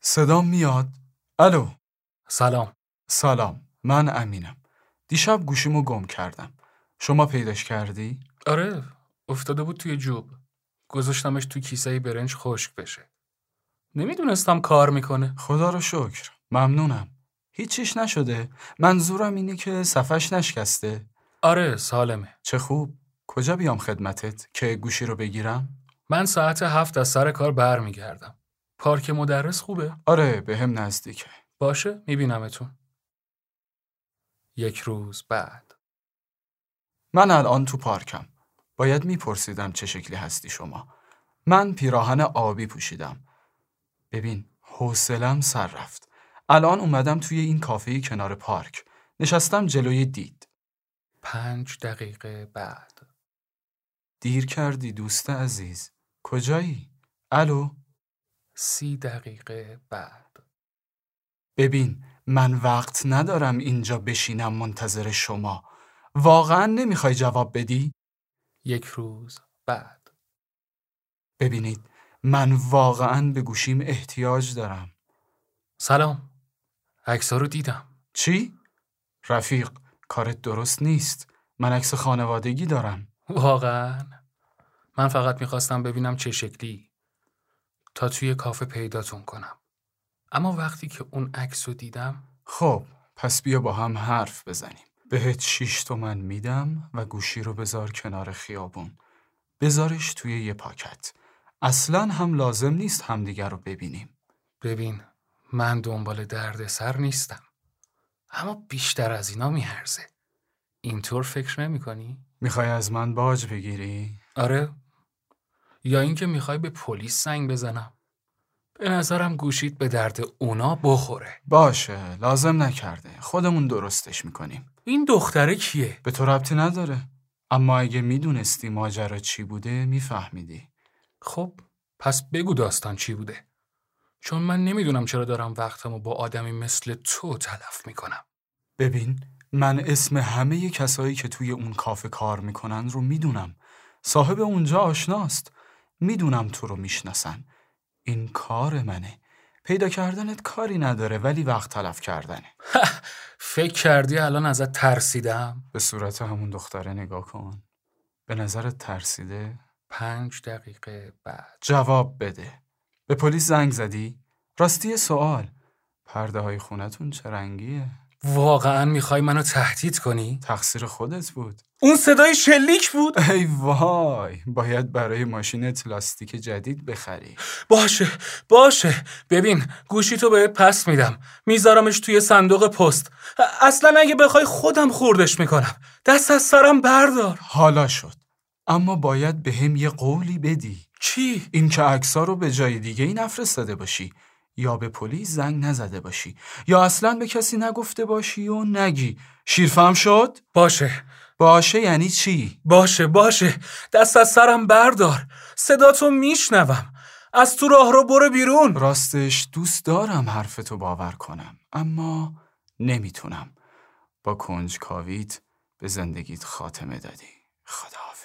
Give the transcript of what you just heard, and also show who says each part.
Speaker 1: صدام میاد؟ الو
Speaker 2: سلام
Speaker 1: سلام من امینم دیشب گوشیمو گم کردم شما پیداش کردی؟
Speaker 2: آره افتاده بود توی جوب گذاشتمش تو کیسه برنج خشک بشه نمیدونستم کار میکنه
Speaker 1: خدا رو شکر ممنونم هیچیش نشده منظورم اینه که صفش نشکسته
Speaker 2: آره سالمه
Speaker 1: چه خوب کجا بیام خدمتت که گوشی رو بگیرم؟
Speaker 2: من ساعت هفت از سر کار برمیگردم پارک مدرس خوبه
Speaker 1: آره به هم نزدیکه
Speaker 2: باشه میبینمتون یک روز بعد
Speaker 1: من الان تو پارکم باید میپرسیدم چه شکلی هستی شما من پیراهن آبی پوشیدم ببین حوصلم سر رفت الان اومدم توی این کافه کنار پارک نشستم جلوی دید
Speaker 2: پنج دقیقه بعد
Speaker 1: دیر کردی دوست عزیز کجایی الو
Speaker 2: سی دقیقه بعد
Speaker 1: ببین من وقت ندارم اینجا بشینم منتظر شما واقعا نمیخوای جواب بدی
Speaker 2: یک روز بعد
Speaker 1: ببینید من واقعا به گوشیم احتیاج دارم
Speaker 2: سلام عکس‌ها رو دیدم
Speaker 1: چی رفیق کارت درست نیست من عکس خانوادگی دارم
Speaker 2: واقعا من فقط میخواستم ببینم چه شکلی تا توی کافه پیداتون کنم اما وقتی که اون عکس رو دیدم
Speaker 1: خب پس بیا با هم حرف بزنیم بهت شیش تومن میدم و گوشی رو بذار کنار خیابون بذارش توی یه پاکت اصلا هم لازم نیست همدیگر رو ببینیم
Speaker 2: ببین من دنبال دردسر نیستم اما بیشتر از اینا میارزه اینطور فکر نمیکنی؟
Speaker 1: میخوای از من باج بگیری؟
Speaker 2: آره یا اینکه میخوای به پلیس زنگ بزنم به نظرم گوشید به درد اونا بخوره
Speaker 1: باشه لازم نکرده خودمون درستش میکنیم
Speaker 2: این دختره کیه
Speaker 1: به تو ربطی نداره اما اگه میدونستی ماجرا چی بوده میفهمیدی
Speaker 2: خب پس بگو داستان چی بوده چون من نمیدونم چرا دارم وقتمو با آدمی مثل تو تلف میکنم
Speaker 1: ببین من اسم همه کسایی که توی اون کافه کار میکنن رو میدونم صاحب اونجا آشناست میدونم تو رو میشناسن این کار منه پیدا کردنت کاری نداره ولی وقت تلف کردنه
Speaker 2: فکر کردی الان ازت ترسیدم
Speaker 1: به صورت همون دختره نگاه کن به نظرت ترسیده
Speaker 2: پنج دقیقه بعد
Speaker 1: جواب بده به پلیس زنگ زدی راستی سوال پرده های خونتون چه رنگیه
Speaker 2: واقعا میخوای منو تهدید کنی
Speaker 1: تقصیر خودت بود
Speaker 2: اون صدای شلیک بود
Speaker 1: ای وای باید برای ماشینت پلاستیک جدید بخری
Speaker 2: باشه باشه ببین گوشی تو بهت پس میدم میذارمش توی صندوق پست ا- اصلا اگه بخوای خودم خوردش میکنم دست از سرم بردار
Speaker 1: حالا شد اما باید به هم یه قولی بدی
Speaker 2: چی؟
Speaker 1: اینکه عکسا رو به جای دیگه ای نفرستاده باشی یا به پلیس زنگ نزده باشی یا اصلا به کسی نگفته باشی و نگی شیرفهم شد
Speaker 2: باشه
Speaker 1: باشه یعنی چی
Speaker 2: باشه باشه دست از سرم بردار صداتو میشنوم از تو راه رو برو بیرون
Speaker 1: راستش دوست دارم حرفتو باور کنم اما نمیتونم با کنجکاویت به زندگیت خاتمه دادی خدا